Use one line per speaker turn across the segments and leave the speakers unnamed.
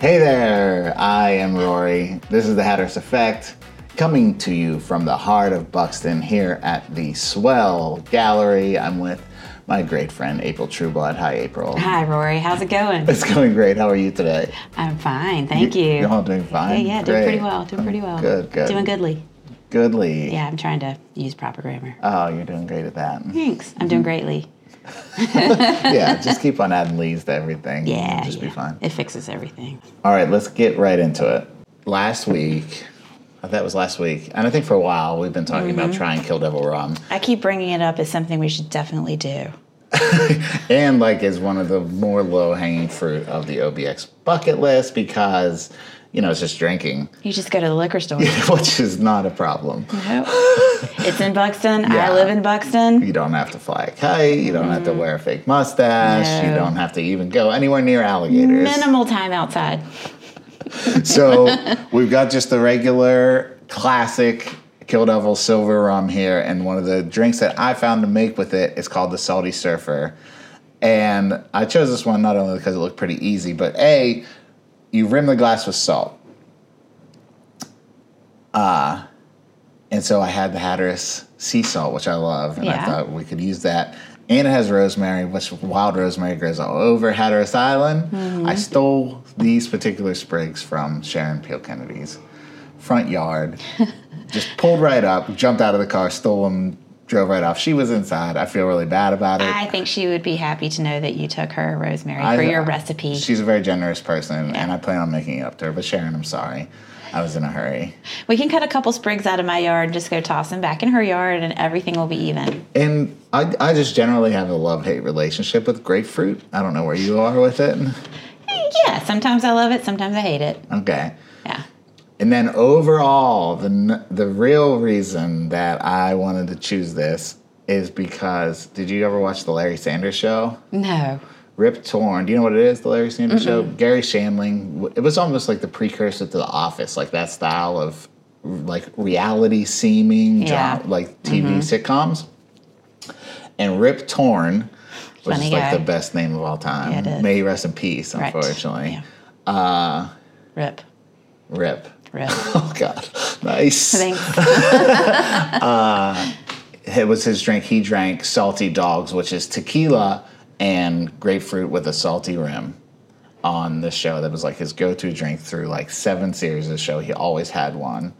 Hey there, I am Rory. This is the Hatter's Effect, coming to you from the heart of Buxton here at the Swell Gallery. I'm with my great friend April Trueblood. Hi, April.
Hi, Rory. How's it going?
It's going great. How are you today?
I'm fine. Thank you.
You're all doing
yeah,
fine.
yeah, doing
Great.
pretty well. Doing pretty well.
Good, good.
Doing goodly.
Goodly.
Yeah, I'm trying to use proper grammar.
Oh, you're doing great at that.
Thanks. I'm
Mm-hmm.
doing greatly.
yeah, just keep on adding leads to everything.
Yeah.
It'll just
yeah.
be fine.
It fixes everything.
All right, let's get right into it. Last week, that was last week, and I think for a while we've been talking
Mm-hmm.
about try and kill Devil Rum,
I keep bringing it up as something we should definitely do.
and like is one of the more low hanging fruit of the OBX bucket list because you know it's just drinking,
You just go to the liquor store.
which is not a problem.
it's in Buxton.
Yeah.
I live in Buxton.
You don't have to fly a kite, you don't have to wear a fake mustache, you
No.
don't have to even go anywhere near alligators.
Minimal time outside.
So we've got just the regular classic Kill Devil Silver Rum here, and one of the drinks that I found to make with it is called the Salty Surfer. And I chose this one not only because it looked pretty easy, but A, you rim the glass with salt. Uh, and so I had the Hatteras sea salt, which I love, and I
Yeah.
thought we could use that. And it has rosemary, which wild rosemary grows all over Hatteras Island. I stole these particular sprigs from Sharon Peel Kennedy's front yard. just pulled right up, jumped out of the car, stole them, drove right off. She was inside. I feel really bad about it.
I think she would be happy to know that you took her rosemary
I-
for your recipe.
She's a very generous person, and I plan on making it up to her. But Sharon, I'm sorry. I was in a hurry.
we can cut a couple sprigs out of my yard and just go toss them back in her yard, and everything will be even.
And I, I just generally have a love hate relationship with grapefruit. I don't know where you are with it.
Yeah, sometimes I love it, sometimes I hate it.
Okay.
Yeah.
And then overall, the n- the real reason that I wanted to choose this is because did you ever watch the Larry Sanders Show?
No.
Rip Torn. Do you know what it is? The Larry Sanders Show. Gary Shandling. w- It was almost like the precursor to The Office, like that style of like reality seeming,
Yeah. Mm-hmm.
dra- like TV sitcoms. And Rip Torn, which
Funny
is like
guy.
the best name of all time.
Yeah, it is.
May he rest in peace.
Right.
Unfortunately,
Yeah. Rip.
Rip.
Rip.
Oh God, nice.
Thanks.
it was his drink. He drank salty dogs, which is tequila and grapefruit with a salty rim on the show. That was like his go to drink through like seven series of the show. He always had one.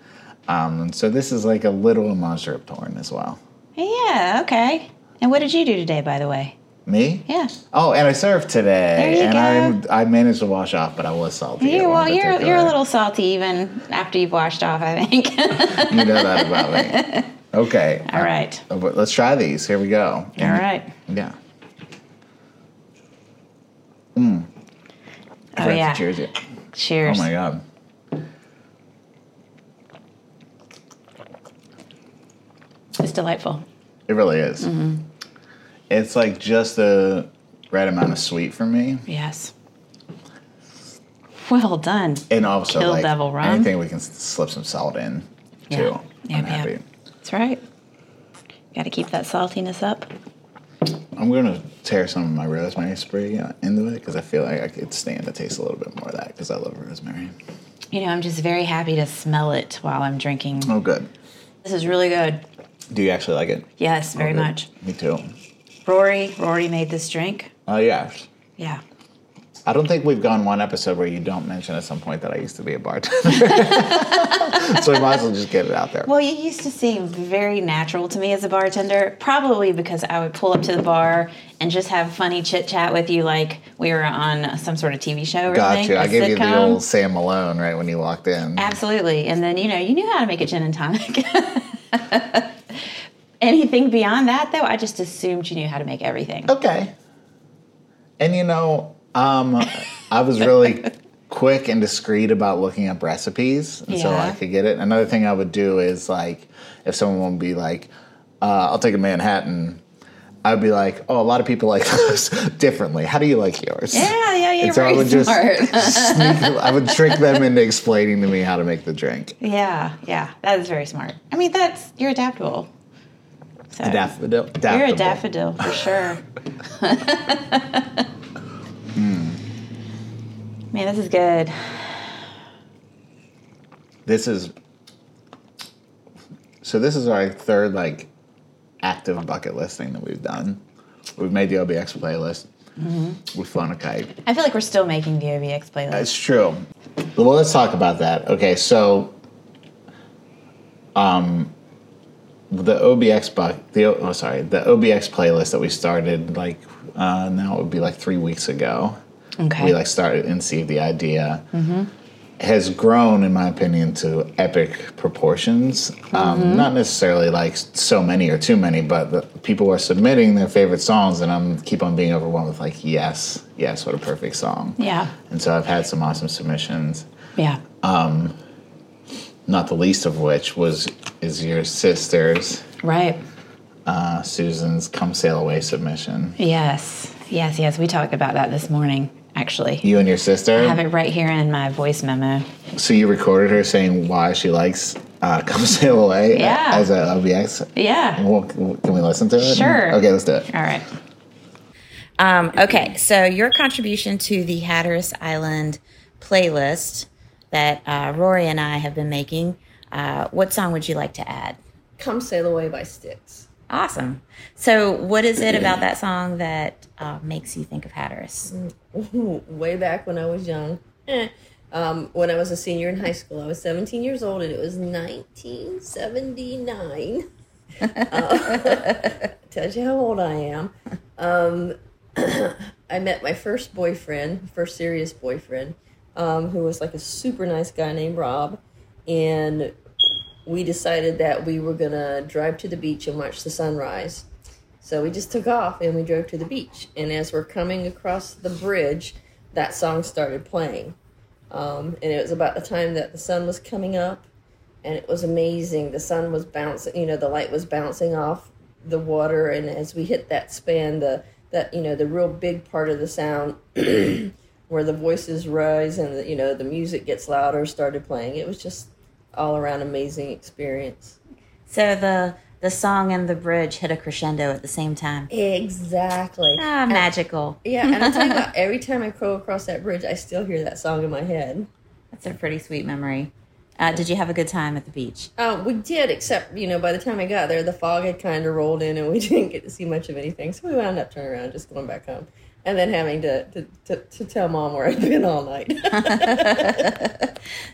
Um, and so this is like a little homage to Rip Torn as well.
yeah, okay. And what did you do today, by the way?
Me?
Yeah.
Oh, and I served today.
There you
and I I managed to wash off, but I was salty. at
You,
one
well, you're, you're
particular-
a little salty even after you've washed off, I think.
You know that about me. Okay.
All right.
Uh, but let's try these. Here we go.
All right.
Yeah. I
Oh,
forgot to
yeah.
Cheers it. Oh
Cheers.
my god.
It's delightful.
It really is.
Mm-hmm.
It's like just the right amount of sweet for me.
Yes. Well done.
And also
Kill
like
devil rum.
anything we can s- slip some salt in too.
Yeah.
I'm
Yep,
happy.
yep. That's right. Got to keep that saltiness up.
I'm gonna tear some of my rosemary sprig uh, into it because I feel like I could stand to taste a little bit more of that because I love rosemary.
You know, I'm just very happy to smell it while I'm drinking.
Oh, good.
This is really good.
Do you actually like it?
Yes, very
Oh, Good.
much.
Me too.
Rory, Rory made this drink.
Oh yeah.
Yeah.
I don't think we've gone one episode where you don't mention at some point that I used to be a bartender. so we might as well just get it out there.
Well, you used to seem very natural to me as a bartender, probably because I would pull up to the bar and just have funny chit chat with you, like we were on some sort of TV show or something.
Gotcha.
a
I gave you the
sitcom.
old Sam Malone right when you walked in.
Absolutely. And then, you know, you knew how to make a gin and tonic. Anything beyond that, though, I just assumed you knew how to make everything.
Okay. And you know, um, I was really quick and discreet about looking up recipes, and so I
Yeah.
could get it. Another thing I would do is like, if someone would be like, uh, "I'll take a Manhattan," I'd be like, "Oh, a lot of people like those differently. How do you like yours?"
Yeah, yeah, you're
And so I
very
would just
smart.
sneak, I would trick them into explaining to me how to make the drink.
yeah, yeah, that is very smart. I mean, that's you're adaptable. So,
Daffodil.
You're a
daffodil.
daffodil for sure. Man, this is good.
This is so. This is our third like active bucket list thing that we've done. We've made the OBX playlist. We've flown a kite.
I feel like we're still making the OBX playlist.
It's true. Well, let's talk about that. Okay, so um, the OBX bu- the O- oh sorry the OBX playlist that we started like uh, now it would be like three weeks ago.
Okay.
We like started and see the idea has grown, in my opinion, to epic proportions. Um, not necessarily like so many or too many, but the, people are submitting their favorite songs, and I'm keep on being overwhelmed with like yes, yes, what a perfect song.
yeah.
And so I've had some awesome submissions,
Yeah.
not the least of which was is your sister's
Right.
uh, Susan's "Come Sail Away" submission.
Yes. Yes, yes. We talked about that this morning, actually.
You and your sister.
I have it right here in my voice memo.
So you recorded her saying why she likes uh, "Come Sail Away" a-
Yeah.
as a OBX.
Yeah.
Well, c- can we listen to it?
Sure.
Okay, let's do it.
All right.
Um, okay, so your contribution to the Hatteras Island playlist that uh, Rory and I have been making, uh, what song would you like to add?
Come Sail Away by Styx.
Awesome. So, what is it about that song that uh, makes you think of Hatteras?
Ooh, Way back when I was young. Eh. Um, when I was a senior in high school, I was 17 years old and it was 1979. uh, tells you how old I am. Um, I met my first boyfriend, first serious boyfriend, um, who was like a super nice guy named Rob. And we decided that we were going to drive to the beach and watch the sunrise. So we just took off and we drove to the beach. And as we're coming across the bridge, that song started playing. Um, and it was about the time that the sun was coming up, and it was amazing. The sun was bouncing, you know, the light was bouncing off the water, and as we hit that span, the that you know the real big part of the sound where the voices rise and the, you know the music gets louder started playing. It was just all around amazing experience.
So, the the song and the bridge hit a crescendo at the same time.
Exactly.
Ah, magical.
Yeah, and I'm talking about every time I crow across that bridge, I still hear that song in my head.
That's a pretty sweet memory. Uh, did you have a good time at the beach?
Uh, we did, except you know, by the time I got there, the fog had kind of rolled in, and we didn't get to see much of anything. So we wound up turning around, and just going back home, and then having to to, to, to tell mom where I've been all night.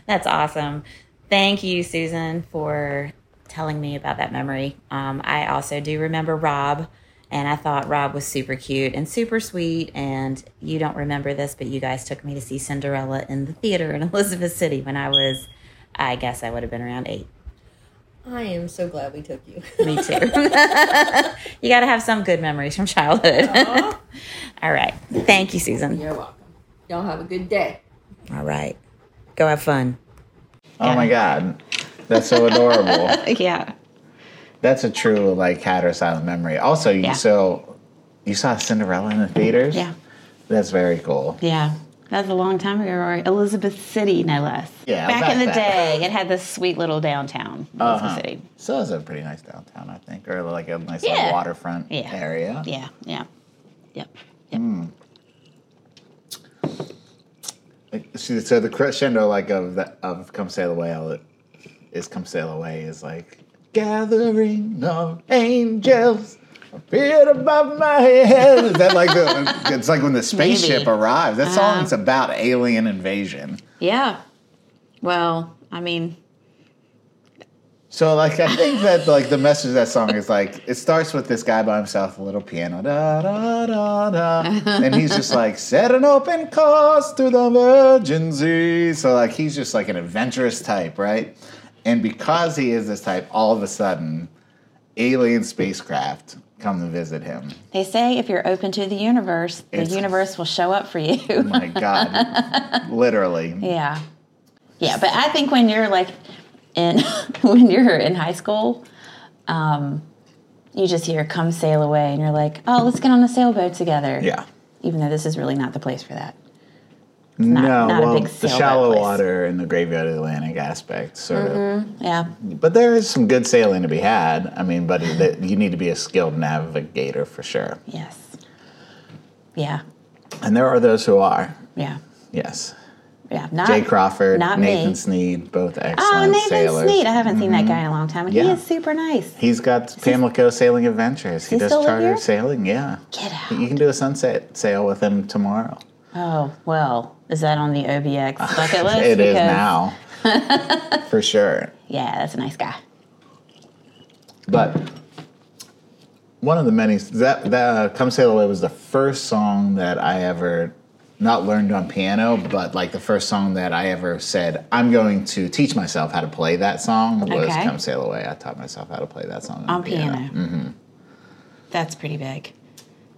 That's awesome. Thank you, Susan, for telling me about that memory. Um, I also do remember Rob, and I thought Rob was super cute and super sweet. And you don't remember this, but you guys took me to see Cinderella in the theater in Elizabeth City when I was, I guess I would have been around eight.
I am so glad we took you.
Me too. you got to have some good memories from childhood. All right. Thank you, Susan.
You're welcome. Y'all have a good day.
All right. Go have fun.
Oh my god, that's so adorable.
Yeah.
that's a true like Hatteras Island memory. Also, you
Yeah.
so you saw Cinderella in the theaters.
Yeah.
that's very cool.
Yeah. That was a long time ago, Rory. Elizabeth City, no less.
Yeah,
Back
back Uh-huh.
in the
back.
day, it had this sweet little downtown, Elizabeth City.
Still has a pretty nice downtown, I think, or like a nice
Yeah.
little waterfront
Yeah.
area.
Yeah, yeah. Yep. yep.
Mm. So, so the crescendo like of the, of "Come Sail Away" is "Come Sail Away" is like gathering of angels appeared above my head. Is that like the? it's like when the spaceship
Maybe.
arrives. That song's about alien invasion.
Yeah. Well, I mean,
So like I think that like the message of that song is like it starts with this guy by himself, a little piano, da da da da, and he's just like set an open course through the virgin sea. So like he's just like an adventurous type, right? And because he is this type, all of a sudden, alien spacecraft come to visit him.
they say if you're open to the universe, the
It's- Mm-hmm.
universe will show up for you.
My God, literally.
yeah. Yeah, but I think when you're like in when you're in high school, um, you just hear "Come Sail Away" and you're like, "Oh, let's get on a sailboat together."
Yeah.
Even though this is really not the place for that.
no,
not a
well,
big
the
sailboat
shallow
place.
water and the graveyard Atlantic aspect sort
Mm-hmm.
of
Yeah.
But there is some good sailing to be had. I mean, but it- you need to be a skilled navigator for sure.
Yes. Yeah.
And there are those who are.
Yeah.
Yes.
yeah, not
Jay Crawford,
Ah, not
Nathan
me.
Sneed, both excellent
Oh, Nathan
sailors. Mm-hmm.
Sneed. I haven't seen that guy in a long time, and he
Yeah.
is super nice.
He's got Pamlico Sailing Adventures. He
he
does
still live
charter
here?
sailing. Yeah,
Get out.
you can do a sunset sail with him tomorrow.
Oh well, is that on the OBX bucket list?
It is
Because-
now, for sure.
Yeah, that's a nice guy.
But one of the many that that uh, "Come Sail Away" was the first song that I ever not learned on piano, but like the first song that I ever said I'm going to teach myself how to play that song was
Okay.
"Come Sail Away." I taught myself how to play that song
On piano. That's pretty big.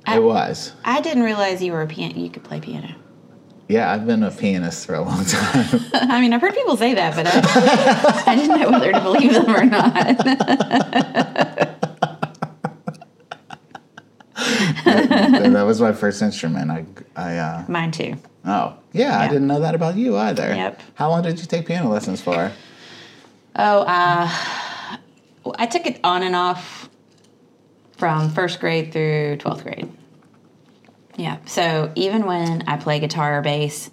It was.
I didn't realize you were a pian You could play piano.
Yeah, I've been a pianist for a long time.
I mean, I've heard people say that, but I, I didn't know whether to believe them or not.
that that was my first instrument. I, I, uh,
Mine too.
oh, yeah, I
Yeah.
didn't know that about you either.
Yep.
How long did you take piano lessons for?
Oh, uh, I took it on and off from first grade through 12th grade. Yeah. So even when I play guitar or bass,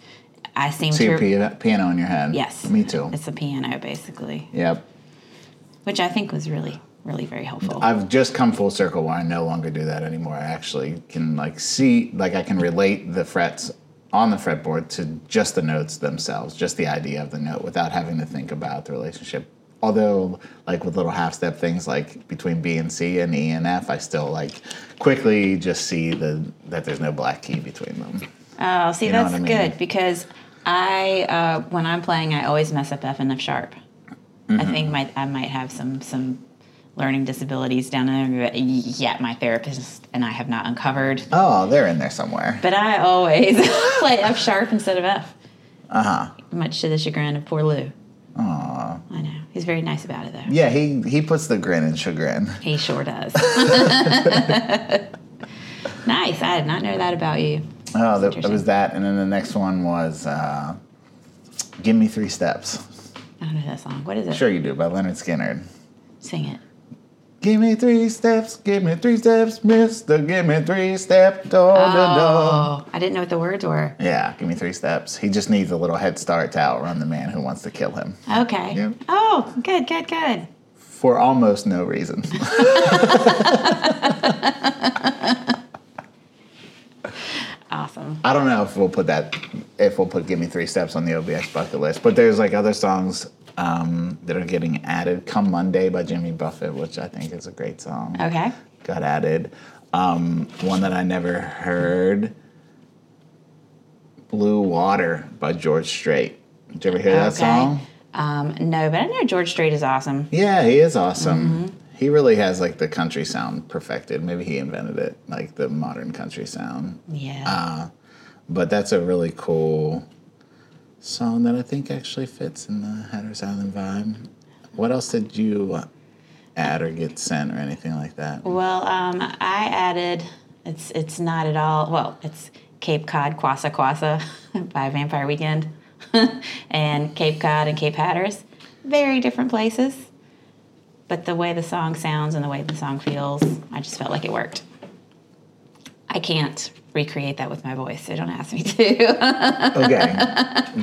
I seem
So your
to.
pia- piano in your head.
Yes.
Me too.
It's a piano, basically,
Yep.
which I think was really, really very helpful.
I've just come full circle where I no longer do that anymore. I actually can like see, like I can relate the frets on the fretboard to just the notes themselves, just the idea of the note without having to think about the relationship. Although, like with little half step things like between B and C and E and F, I still like quickly just see the that there's no black key between them.
Oh, see,
know
that's
what I mean?
good because I, uh, when I'm playing, I always mess up F and F sharp. I
Mm-hmm.
think my, I might have some some learning disabilities down there, but yet my therapist and I have not uncovered.
Oh, they're in there somewhere.
But I always play F sharp instead of F.
Uh-huh.
Uh huh. Much to the chagrin of poor Lou. Aww. I know. He's very nice about it, though.
Yeah, he he puts the grin in chagrin.
He sure does. nice. I did not know that about you.
Oh, that, that
interesting.
was that, and then the next one was uh, "Give Me Three Steps."
I don't know that song. What is it?
Sure you do, by Leonard Skinner.
Sing it.
Give me three steps, give me three steps, mister, give me three steps, door to door.
Oh, I didn't know what the words were.
Yeah, give me three steps. He just needs a little head start to outrun the man who wants to kill him.
Okay.
Yeah.
Oh, good, good, good.
For almost no reason.
Awesome.
I don't know if we'll put that, if we'll put Give Me Three Steps on the OBX bucket list, but there's like other songs um, that are getting added. Come Monday by Jimmy Buffett, which I think is a great song.
Okay.
got added. Um, one that I never heard, "Blue Water" by George Strait. Did you ever hear that
okay.
song?
Um, no, but I know George Strait is awesome.
Yeah, he is awesome. He really has like the country sound perfected. Maybe he invented it, like the modern country sound.
Yeah.
But that's a really cool song that I think actually fits in the Hatter's Island vibe. What else did you uh, add or get sent or anything like that?
well, um, I added. It's it's not at all. Well, it's Cape Cod Quassa Quassa by Vampire Weekend, and Cape Cod and Cape Hatteras, very different places. But the way the song sounds and the way the song feels, I just felt like it worked. I can't recreate that with my voice, so don't ask me to.
Okay.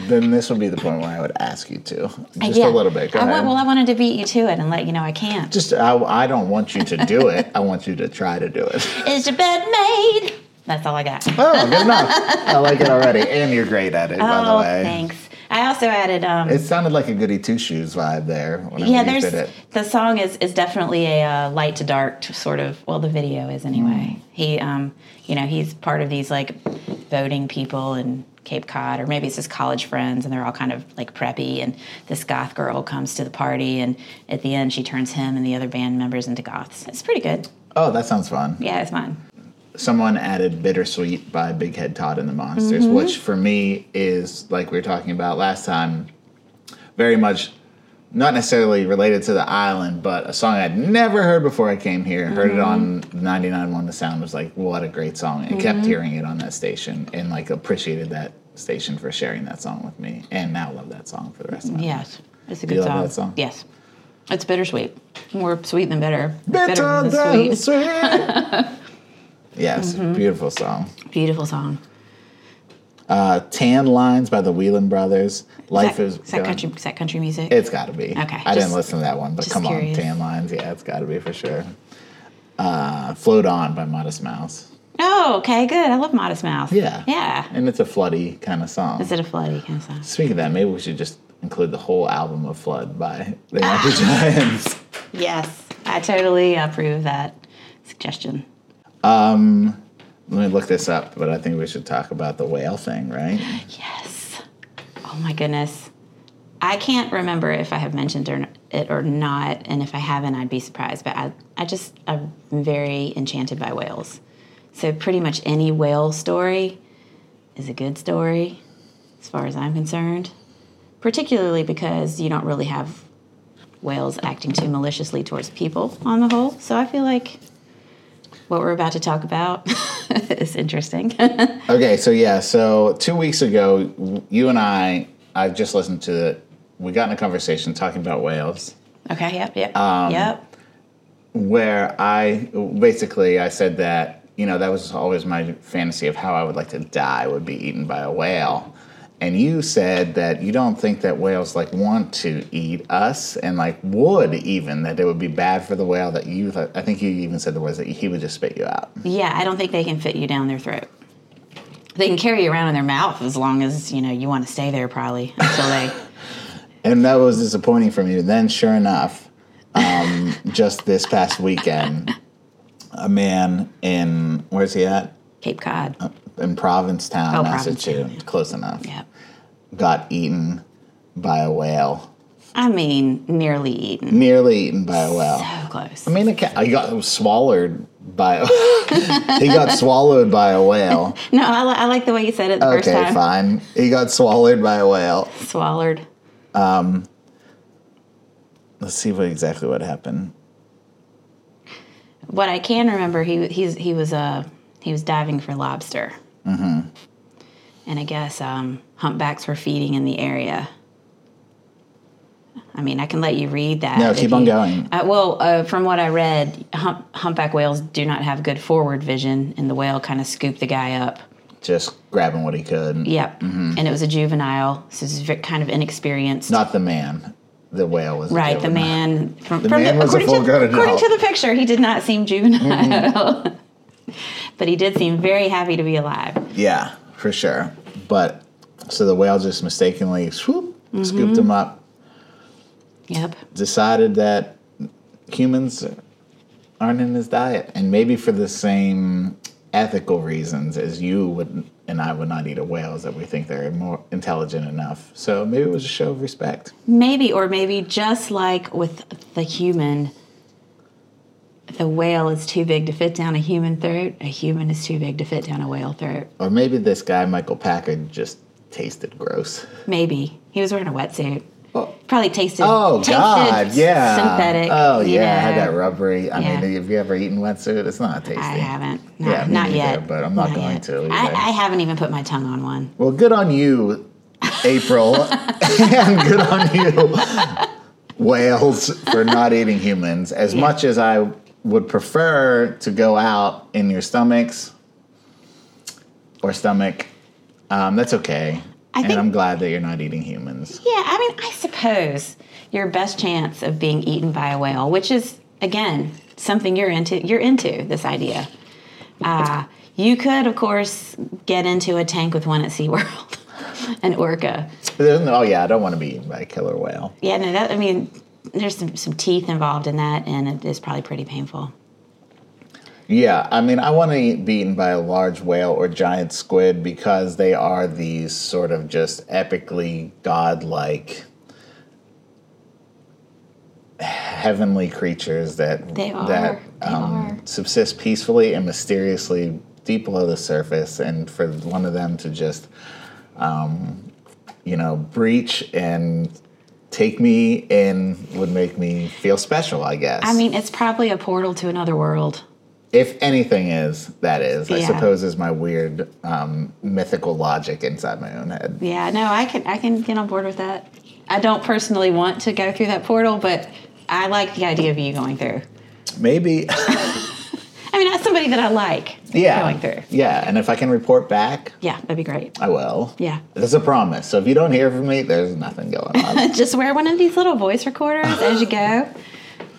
then this would be the point where I would ask you to. Just
Yeah.
a little bit. Go
I wa-
ahead.
well, I wanted to beat you to it and let you know I can't.
just, I, I don't want you to do it. I want you to try to do it.
Is your bed made? That's all I got. Oh,
Oh, good enough. I like it already. And you're great at it, by
Oh,
the way.
thanks. I also added. Um,
It sounded like a goody two shoes vibe there. Whenever
yeah,
you
there's
did it.
the song is is definitely a uh, light to dark t- sort of. Well, the video is
Mm.
anyway. He, um, you know, he's part of these like boating people in Cape Cod, or maybe it's his college friends, and they're all kind of like preppy. And this goth girl comes to the party, and at the end, she turns him and the other band members into goths. It's pretty good.
Oh, that sounds fun.
Yeah, it's mine.
Someone added Bittersweet by Big Head Todd and the Monsters, which for me is, like we were talking about last time, very much not necessarily related to the island, but a song I'd never heard before I came here. Heard it on 99.1 The Sound, was like, what a great song. And kept hearing it on that station and like appreciated that station for sharing that song with me. And now love that song for the rest of my life.
Yes, it's a
you
good
love
song.
that song?
Yes, it's bittersweet. More sweet than bitter.
Better than
sweet.
Mm-hmm. sweet. yes, beautiful song.
Beautiful song.
Uh, Tan Lines by the Whelan Brothers. Life
that,
is.
is that
Gone-
country is that country music?
It's got to be.
Okay,
I didn't
just-
listen to that one, but
just
come
curious.
on, Tan Lines. Yeah, it's got to be for sure. Uh, Float On by Modest Mouse.
oh, okay, good. I love Modest Mouse.
Yeah.
Yeah.
And it's a floody kind of song.
Is it a floody kind of song?
Speaking of that, maybe we should just include the whole album of Flood by the
Ah.
Younger Giants.
Yes, I totally approve that suggestion.
Let me look this up, but I think we should talk about the whale thing, right?
Yes. Oh my goodness. I can't remember if I have mentioned or- it or not, and if I haven't, I'd be surprised. But I, I just, I'm very enchanted by whales. So pretty much any whale story is a good story, as far as I'm concerned. Particularly because you don't really have whales acting too maliciously towards people on the whole. So I feel like what we're about to talk about is interesting.
Okay, so yeah, so two weeks ago, w- you and I, I just listened to, the, we got in a conversation talking about whales.
Okay. Yep. Yep. yep.
where I basically I said that you know that was always my fantasy of how I would like to die would be eaten by a whale, and you said that you don't think that whales like want to eat us and like would even that it would be bad for the whale that you thought, I think you even said the words that he would just spit you out.
Yeah. I don't think they can fit you down their throat. They can carry you around in their mouth as long as you know you want to stay there, probably until they.
And that was disappointing from you. Then, sure enough, um, just this past weekend, a man in where's he at?
Cape Cod.
In Provincetown,
Oh,
Massachusetts,
Provincetown,
close enough.
Yep.
got eaten by a whale,
I mean, nearly eaten.
nearly eaten by a whale.
So close.
I mean, a cat, I got swallowed by. he got swallowed by a whale.
No, I, li- I like the way you said it the first
Okay,
time.
fine. He got swallowed by a whale.
Swallowed.
Let's see what exactly what happened.
What I can remember, he he's he was uh he was diving for lobster. Mm-hmm. And I guess um, humpbacks were feeding in the area. I mean, I can let you read that.
No,
if
keep on
you-
going.
Uh, well, uh, from what I read, hump, humpback whales do not have good forward vision, and the whale kind of scooped the guy up.
Just grabbing what he could.
Yep.
Mm-hmm.
And it was a juvenile, so it's ve- kind of inexperienced.
Not the man. The whale was a
Right, the
juvenile.
man from, the
man was a
according, to,
full-grown
according to
adult.
the picture, he did not seem juvenile,
Mm-hmm.
but he did seem very happy to be alive.
Yeah, for sure. But so the whale just mistakenly swoop,
Mm-hmm.
scooped him up.
Yep,
decided that humans aren't in his diet, and maybe for the same ethical reasons as you would and I would not eat a whale, is that we think they're more intelligent enough. So maybe it was a show of respect.
maybe or maybe just like with the human, the whale is too big to fit down a human throat. A human is too big to fit down a whale throat.
Or maybe this guy Michael Packard just tasted gross.
Maybe he was wearing a wetsuit.
Oh.
Probably tasted.
Oh
tasted
God, yeah.
synthetic.
Oh yeah,
you
I had
know.
that rubbery. I mean,
Yeah.
have you ever eaten wetsuit? It's not tasty.
I haven't. No,
Yeah, me
not
neither,
yet.
but I'm not going
yet.
to
I,
either.
I haven't even put my tongue on one.
Well, good on you, April, and good on you, whales, for not eating humans. As much as I would prefer to go out in your stomachs or stomach, um, that's okay.
I
and
think-
I'm glad that you're not eating humans.
Yeah, I mean, I suppose your best chance of being eaten by a whale, which is again something you're into, you're into this idea. Uh, you could, of course, get into a tank with one at SeaWorld, an orca.
There's no- Oh yeah, I don't want to be eaten by a killer whale.
Yeah, no, that I mean, there's some, some teeth involved in that, and it is probably pretty painful.
Yeah, I mean, I want to be eaten by a large whale or giant squid because they are these sort of just epically godlike heavenly creatures that
They are,
that um,
they are.
subsist peacefully and mysteriously deep below the surface, and for one of them to just, um, you know, breach and take me in would make me feel special. I guess.
I mean, it's probably a portal to another world.
If anything is, that is, I
Yeah.
suppose, is my weird um, mythical logic inside my own head.
Yeah, no, I can I can get on board with that. I don't personally want to go through that portal, but I like the idea of you going through.
Maybe
I mean, I got somebody that I like
yeah.
going through.
Yeah, and if I can report back,
Yeah, that'd be great.
I will.
Yeah.
That's a promise. So if you don't hear from me, there's nothing going on.
Just wear one of these little voice recorders as you go.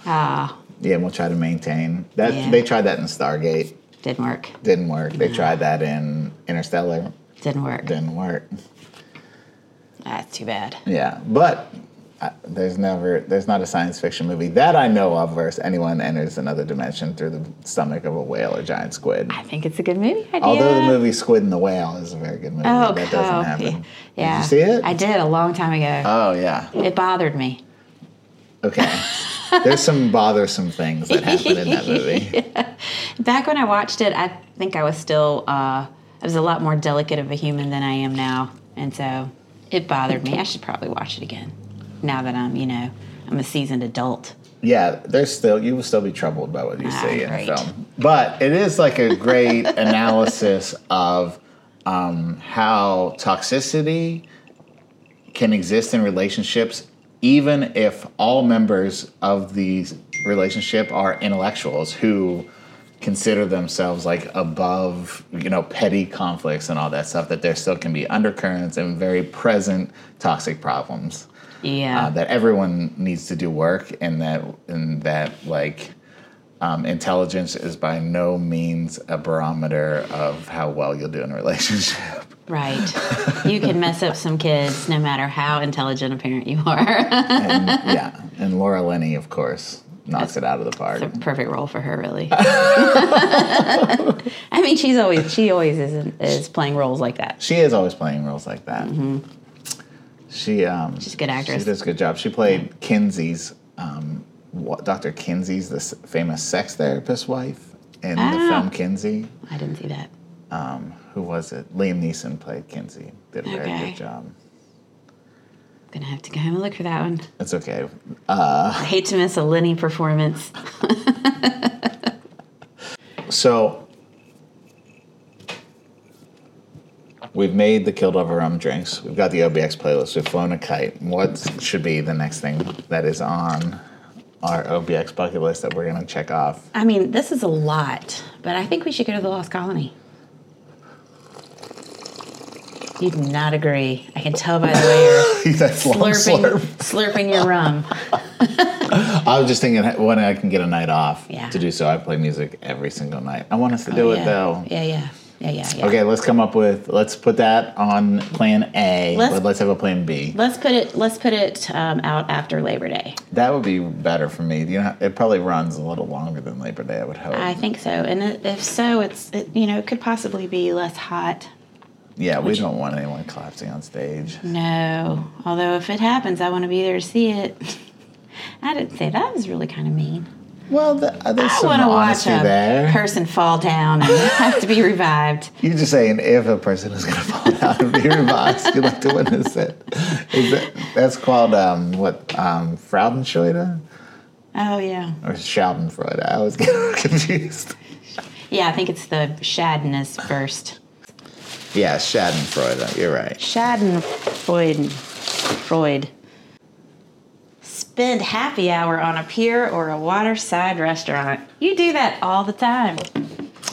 Ah,
yeah, and we'll try to maintain that.
Yeah.
They tried that in Stargate,
didn't work.
didn't work. They tried that in Interstellar,
Didn't work.
didn't work.
That's too bad.
Yeah, but uh, there's never there's not a science fiction movie that I know of where anyone enters another dimension through the stomach of a whale or giant squid.
I think it's a good movie idea.
Although the movie Squid and the Whale is a very good movie,
Oh,
that doesn't
cool.
happen.
Yeah.
Did you see it?
I did a long time ago.
Oh yeah.
it bothered me.
Okay. There's some bothersome things that happen in that movie.
Back when I watched it, I think I was still, uh, I was a lot more delicate of a human than I am now. And so it bothered me. I should probably watch it again now that I'm, you know, I'm a seasoned adult.
Yeah, there's still you will still be troubled by what you
Ah,
see in
great.
the film. But it is like a great analysis of um, how toxicity can exist in relationships even if all members of the relationship are intellectuals who consider themselves like above you know petty conflicts and all that stuff that there still can be undercurrents and very present toxic problems
Yeah.
uh, that everyone needs to do work and that and that like um, intelligence is by no means a barometer of how well you'll do in a relationship.
right. you can mess up some kids no matter how intelligent a parent you are.
And, yeah, and Laura Linney, of course, knocks it out of the park.
the perfect role for her, really. I mean, she's always she always is is playing roles like that.
She is always playing roles like that. She um,
Mm-hmm. She's a good actress. Mm-hmm.
She does a good job. She played Kinsey's um, wa- Dr. Kinsey's, this famous sex therapist wife in the
Ah.
film Kinsey.
I didn't see that.
um, who was it? Liam Neeson played Kinsey. Did a very
Okay.
good job.
Gonna have to go home and look for that one.
That's okay.
I hate to miss a Lenny performance.
So we've made the Killed Over Rum drinks. We've got the OBX playlist. We've flown a kite. What should be the next thing that is on our OBX bucket list that we're gonna check off?
I mean, this is a lot, but I think we should go to the Lost Colony. You do not agree. I can tell by the way you're
That's long
slurping,
slurp.
slurping your rum.
I was just thinking when I can get a night off
Yeah. Oh,
to do so. I play music every single night. I want us to do
yeah.
it though.
Yeah, yeah, yeah, yeah. yeah.
Okay, let's come up with. Let's put that on plan A,
Let's-
but let's have a plan B.
Let's put it. Let's put it um, out after Labor Day.
That would be better for me. You know, it probably runs a little longer than Labor Day. I would hope.
I think so, and i- if so, it's it, you know it could possibly be less hot.
yeah, we don't want anyone collapsing on stage.
No, although if it happens, I want to be there to see it. I didn't say that was really kind of mean.
Well, th there's
I
some
want to watch
honesty
a
there.
person fall down and have to be revived.
You're just saying if a person is going to fall out of your box, you'd like to witness it. Is that, that's called um, what? Um, Fraudenschleuder
Oh yeah,
or Schadenfreude? I always get confused.
yeah. I think it's the shadness first.
Yeah, Schadenfreude. You're right.
Schadenfreude. Freud. Spend happy hour on a pier or a waterside restaurant. You do that all the time.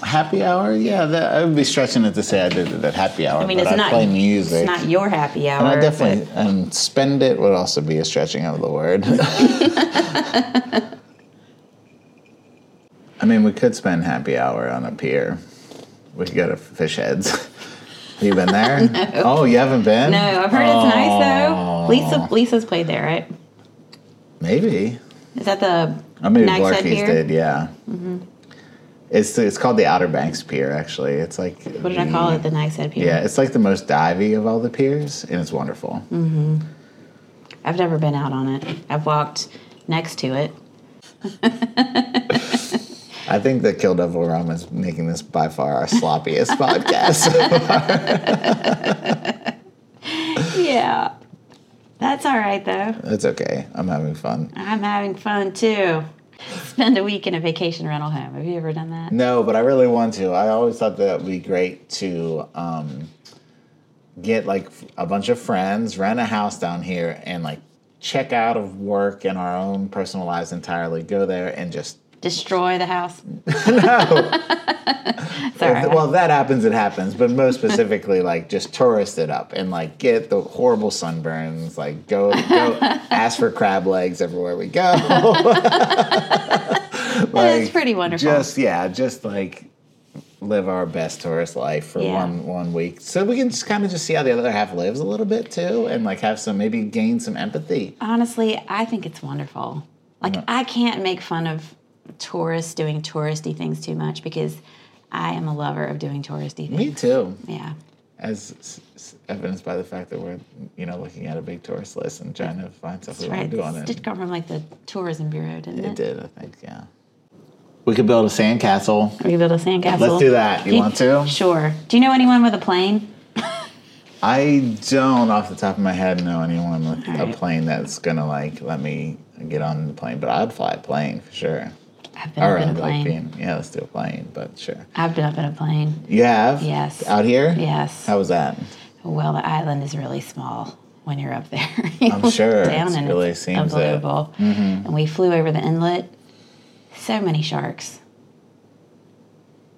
Happy hour? Yeah, that, I would be stretching it to say I did it at happy hour.
I mean,
but
it's
I
not
play music.
It's not your happy hour.
And I
but-
definitely and spend it would also be a stretching of the word. I mean, we could spend happy hour on a pier. We could go to Fish Heads. Have you been there? Oh, you haven't been?
No, I've heard it's
Oh.
nice though. Lisa, Lisa's played there, right?
Maybe.
Is that the
Or maybe
Nags
Blarkey's
Head Pier? Mm-hmm.
did. Yeah. It's it's called the Outer Banks Pier. Actually, it's like
What did I call it? The Nags Head Pier.
Yeah, it's like the most divey of all the piers, and it's wonderful.
Mm. I've never been out on it. I've walked next to it.
I think that Kill Devil Rum is making this by far our sloppiest podcast.
Yeah. That's all right though.
That's okay. I'm having fun.
I'm having fun too. Spend a week in a vacation rental home. Have you ever done that?
No, but I really want to. I always thought that would be great to um, get like f- a bunch of friends, rent a house down here, and like check out of work and our own personal lives entirely. Go there and just
destroy the house? Sorry.
Well, that happens. It happens, but most specifically, like just tourist it up and like get the horrible sunburns. Like go, go ask for crab legs everywhere we go.
That's pretty wonderful.
Just yeah, just like live our best tourist life for
Yeah.
one one week, so we can just kind of just see how the other half lives a little bit too, and like have some maybe gain some empathy.
Honestly, I think it's wonderful. Like I can't make fun of tourists doing touristy things too much because I am a lover of doing touristy things.
Me too,
Yeah.
as s- s- evidenced by the fact that we're you know looking at a big tourist list and trying to find stuff we
Right.
want to do on
This
it.
did come from like the tourism bureau, didn't
It
it?
did, I think, yeah. We could build a sandcastle.
We could build a sandcastle.
Let's do that. You want to?
Sure. Do you know anyone with a plane?
I don't, off the top of my head, know anyone with
All
a
right.
plane that's gonna like let me get on the plane. But I'd fly a plane for sure.
I've been up in
I'd
a
like
plane.
being- yeah, let's do a plane. But sure,
I've been up in a plane.
you have
Yes.
out here.
Yes.
How was that?
Well, the island is really small when you're up there.
I'm sure. It's
and
really
it's
seems it. Mm-hmm.
unbelievable. And we flew over the inlet. So many sharks.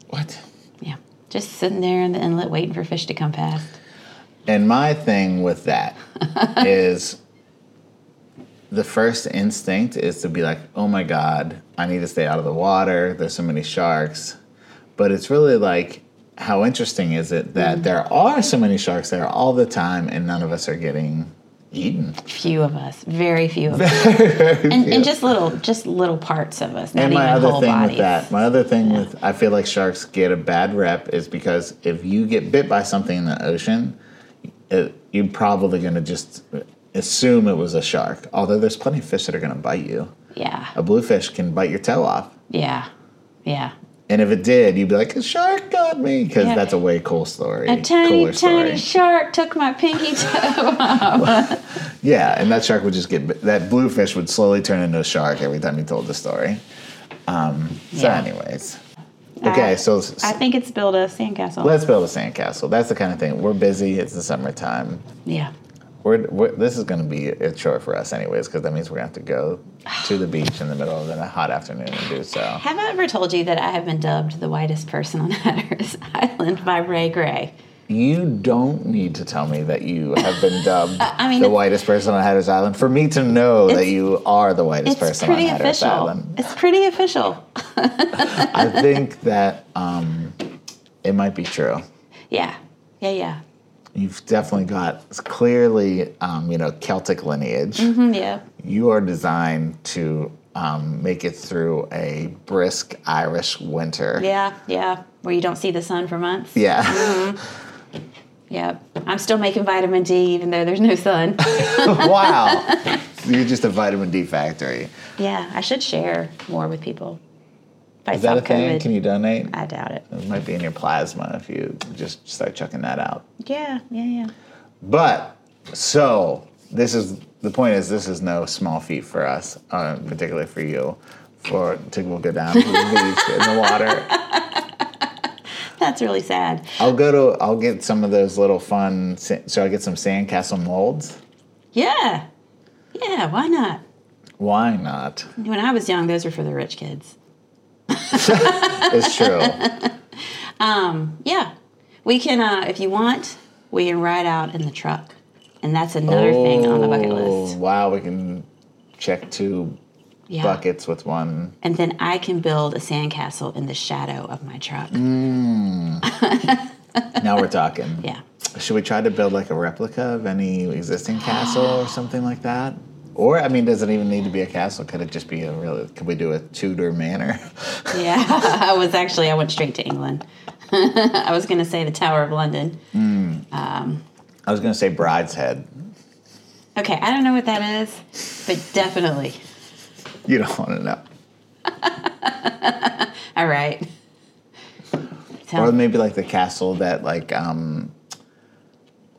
What?
Yeah. Just sitting there in the inlet waiting for fish to come past.
And my thing with that is the first instinct is to be like, oh my God, I need to stay out of the water. There's so many sharks. But it's really like, how interesting is it that
Mm.
there are so many sharks there all the time and none of us are getting eaten?
Few of us. Very few of us. and, and just little just little parts of us. Not
and
even
my other
whole
thing
bodies.
with that, my other thing with, I feel like sharks get a bad rep is because if you get bit by something in the ocean, it, you're probably going to just assume it was a shark. Although there's plenty of fish that are going to bite you.
Yeah.
A bluefish can bite your toe off.
Yeah. Yeah.
And if it did, you'd be like, a shark got me. Because
Yeah.
that's a way cool story.
A tiny,
cooler story.
tiny shark took my pinky toe.
Yeah, and that shark would just get, bit- that bluefish would slowly turn into a shark every time you told the story. Um, so,
Yeah.
anyways. Okay,
I-
so s-
I think it's built a sandcastle.
Let's build a sandcastle. That's the kind of thing. We're busy. It's the summertime.
yeah.
We're, we're, this is going to be a chore for us, anyways, because that means we're going to have to go to the beach in the middle of the hot afternoon and do so.
Have I ever told you that I have been dubbed the whitest person on Hatteras Island by Ray Gray?
You don't need to tell me that you have been dubbed
I mean,
the
it's-
whitest person on Hatteras Island for me to know that you are the whitest
It's
person on
pretty
Hatteras
official.
Island.
It's pretty official.
I think that um, it might be true.
Yeah. Yeah, yeah.
You've definitely got clearly, um, you know, Celtic lineage.
Mm, yeah.
you are designed to um, make it through a brisk Irish winter.
Yeah, yeah. Where you don't see the sun for months.
Yeah.
Yep. I'm still making vitamin D even though there's no sun. Mm-hmm.
wow. You're just a vitamin D factory.
yeah, I should share more with people. If I
Is that a
solve
thing?
COVID,
Can you donate?
I doubt it.
It might be in your plasma if you just start chucking that out.
Yeah, yeah, yeah.
But so this is the point is this is no small feat for us, uh, particularly for you, for to go down to the beach in the water
That's really sad.
I'll go to. I'll get some of those little fun. sa- So I get some sandcastle molds.
Yeah. Yeah, why not?
Why not?
When I was young, those were for the rich kids.
It's true.
Yeah. We can, uh, if you want, we can ride out in the truck. And that's another thing on the bucket
Oh,
list.
Wow, we can check two
Yeah.
buckets with one.
And then I can build a sandcastle in the shadow of my truck.
Mm. Now we're talking.
Yeah.
Should we try to build like a replica of any existing castle or something like that? Or I mean, does it even need to be a castle? Could it just be a really? Could we do a Tudor manor?
Yeah. I was actually, I went straight to England. I was going to say the Tower of London.
I was gonna say Bride's Head.
Okay. I don't know what that is, but definitely.
You don't want to know.
All right.
Or
Sounds-
maybe like the castle that like um,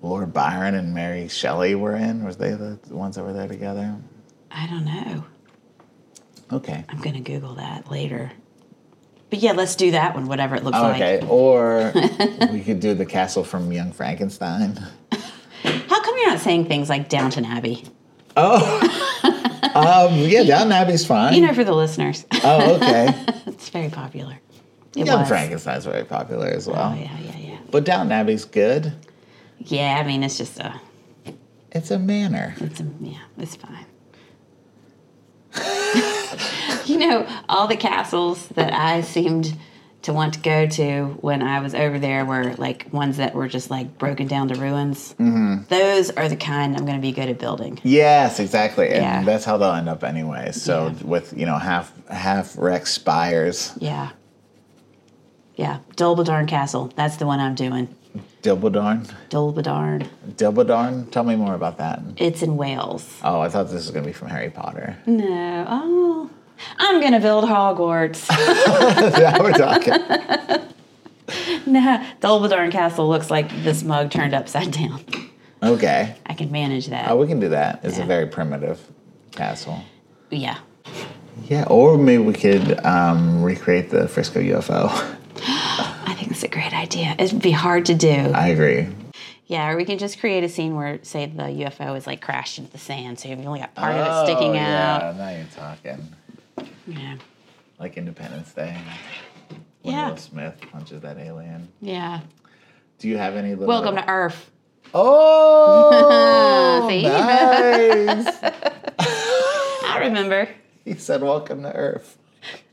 Lord Byron and Mary Shelley were in. Was they the ones that were there together?
I don't know.
Okay.
I'm going to Google that later. But yeah, let's do that one, whatever it looks like.
Oh, Okay. Or we could do the castle from Young Frankenstein.
How come you're not saying things like Downton Abbey?
Oh. Um, yeah, Downton Abbey's fine.
you know, for the listeners,
oh, okay.
it's very popular. It
Young
was.
Frankenstein's very popular as well.
Oh yeah, yeah, yeah.
But Downton Abbey's good.
Yeah, I mean, it's just a,
It's a manor.
it's a, yeah, it's fine. you know, all the castles that I seemed to want to go to when I was over there were like ones that were just like broken down to ruins. Mm-hmm. Those are the kind I'm going to be good at building.
Yes, exactly. And
Yeah.
that's how they'll end up anyway. So with, you know, half half wrecked spires,
Yeah. Yeah. Dolbadarn Castle. That's the one I'm doing.
Dilbedarn.
Dolbadarn.
Dilbedarn? Tell me more about that.
It's in Wales.
Oh, I thought this was gonna be from Harry Potter.
No. Oh. I'm going to build Hogwarts.
now we're talking.
no. Dolbadarn Castle looks like this mug turned upside down.
Okay.
I can manage that.
Oh, we can do that. It's a
Yeah.
very primitive castle.
Yeah.
Yeah, or maybe we could um, recreate the Frisco UFO.
I think it's a great idea. It'd be hard to do.
I agree.
Yeah, or we can just create a scene where, say, the UFO is like crashed into the sand, so you've only got part of
Oh,
it sticking out.
Now you're talking.
Yeah.
Like Independence Day. When
Yeah.
Will Smith punches that alien.
Yeah.
Do you have any little?
Welcome to Earth. Uh,
Oh,
See?
nice.
I remember.
he said, "Welcome to Earth."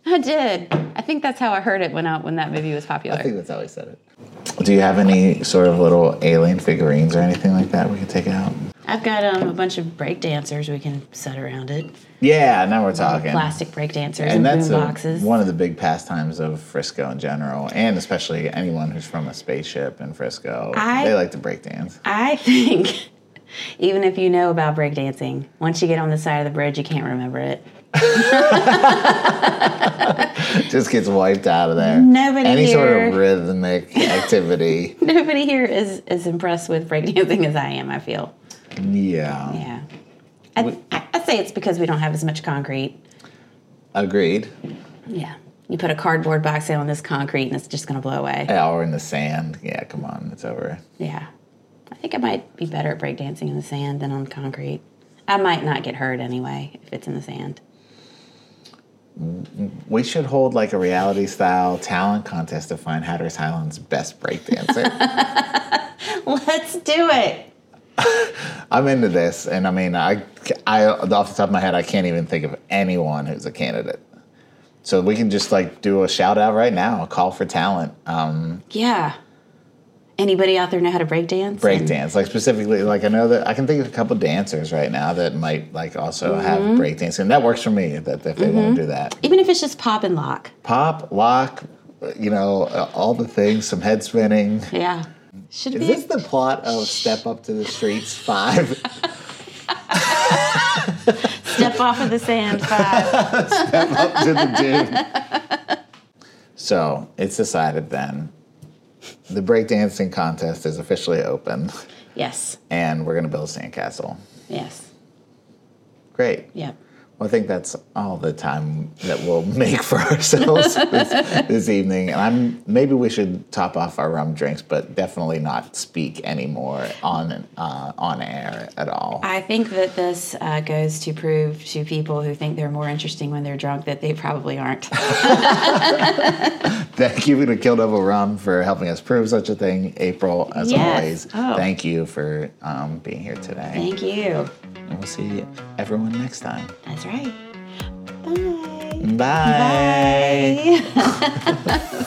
I did. I think that's how I heard it when I, when that movie was
I
popular.
think that's how he said it. Do you have any sort of little alien figurines or anything like that we could take out?
I've got um, a bunch of break dancers we can set around it.
Yeah, now we're talking.
Plastic break dancers
and
and,
that's
boom
a-
boxes.
one of the big pastimes of Frisco in general, and especially anyone who's from a spaceship in Frisco.
I-
they like to break dance.
I think even if you know about breakdancing, once you get on the side of the bridge, you can't remember it.
Just gets wiped out of there.
Nobody
Any sort of
here-
rhythmic activity.
Nobody here is as impressed with breakdancing as I am, I feel.
yeah.
Yeah. I, I, I say it's because we don't have as much concrete.
Agreed.
Yeah. You put a cardboard box in on this concrete and it's just going to blow away.
Yeah, or in the sand. Yeah, come on, it's over.
Yeah. I think I might be better at breakdancing in the sand than on concrete. I might not get hurt anyway if it's in the sand.
We should hold like a reality style talent contest to find Hatteras Highland's best breakdancer.
Let's do it.
I'm into this, and I mean, I, I, off the top of my head, I can't even think of anyone who's a candidate. So we can just like do a shout out right now, a call for talent, um,
Yeah. Anybody out there know how to breakdance?
breakdance. Like specifically, like I know that I can think of a couple dancers right now that might like also have breakdancing. And that works for me. That if they want to do that,
Even if it's just pop and lock.
pop, lock, you know, uh, all the things, some head spinning.
Yeah. Should
Is
be.
this the plot of Step Up to the Streets 5?
Step off of the sand five.
Up to the gym. So it's decided then. The breakdancing contest is officially open,
yes.
and we're going to build a sandcastle.
Yes.
Great.
Yep.
Well, I think that's all the time that we'll make for ourselves this, this evening. And I'm maybe we should top off our rum drinks, but definitely not speak anymore on uh, on air at all.
I think that this uh, goes to prove to people who think they're more interesting when they're drunk that they probably aren't.
Thank you to Kill Devil Rum for helping us prove such a thing. April, as
Yes.
always,
Oh.
thank you for um, being here today.
Thank you.
And we'll see everyone next time.
That's right. Bye.
Bye.
Bye.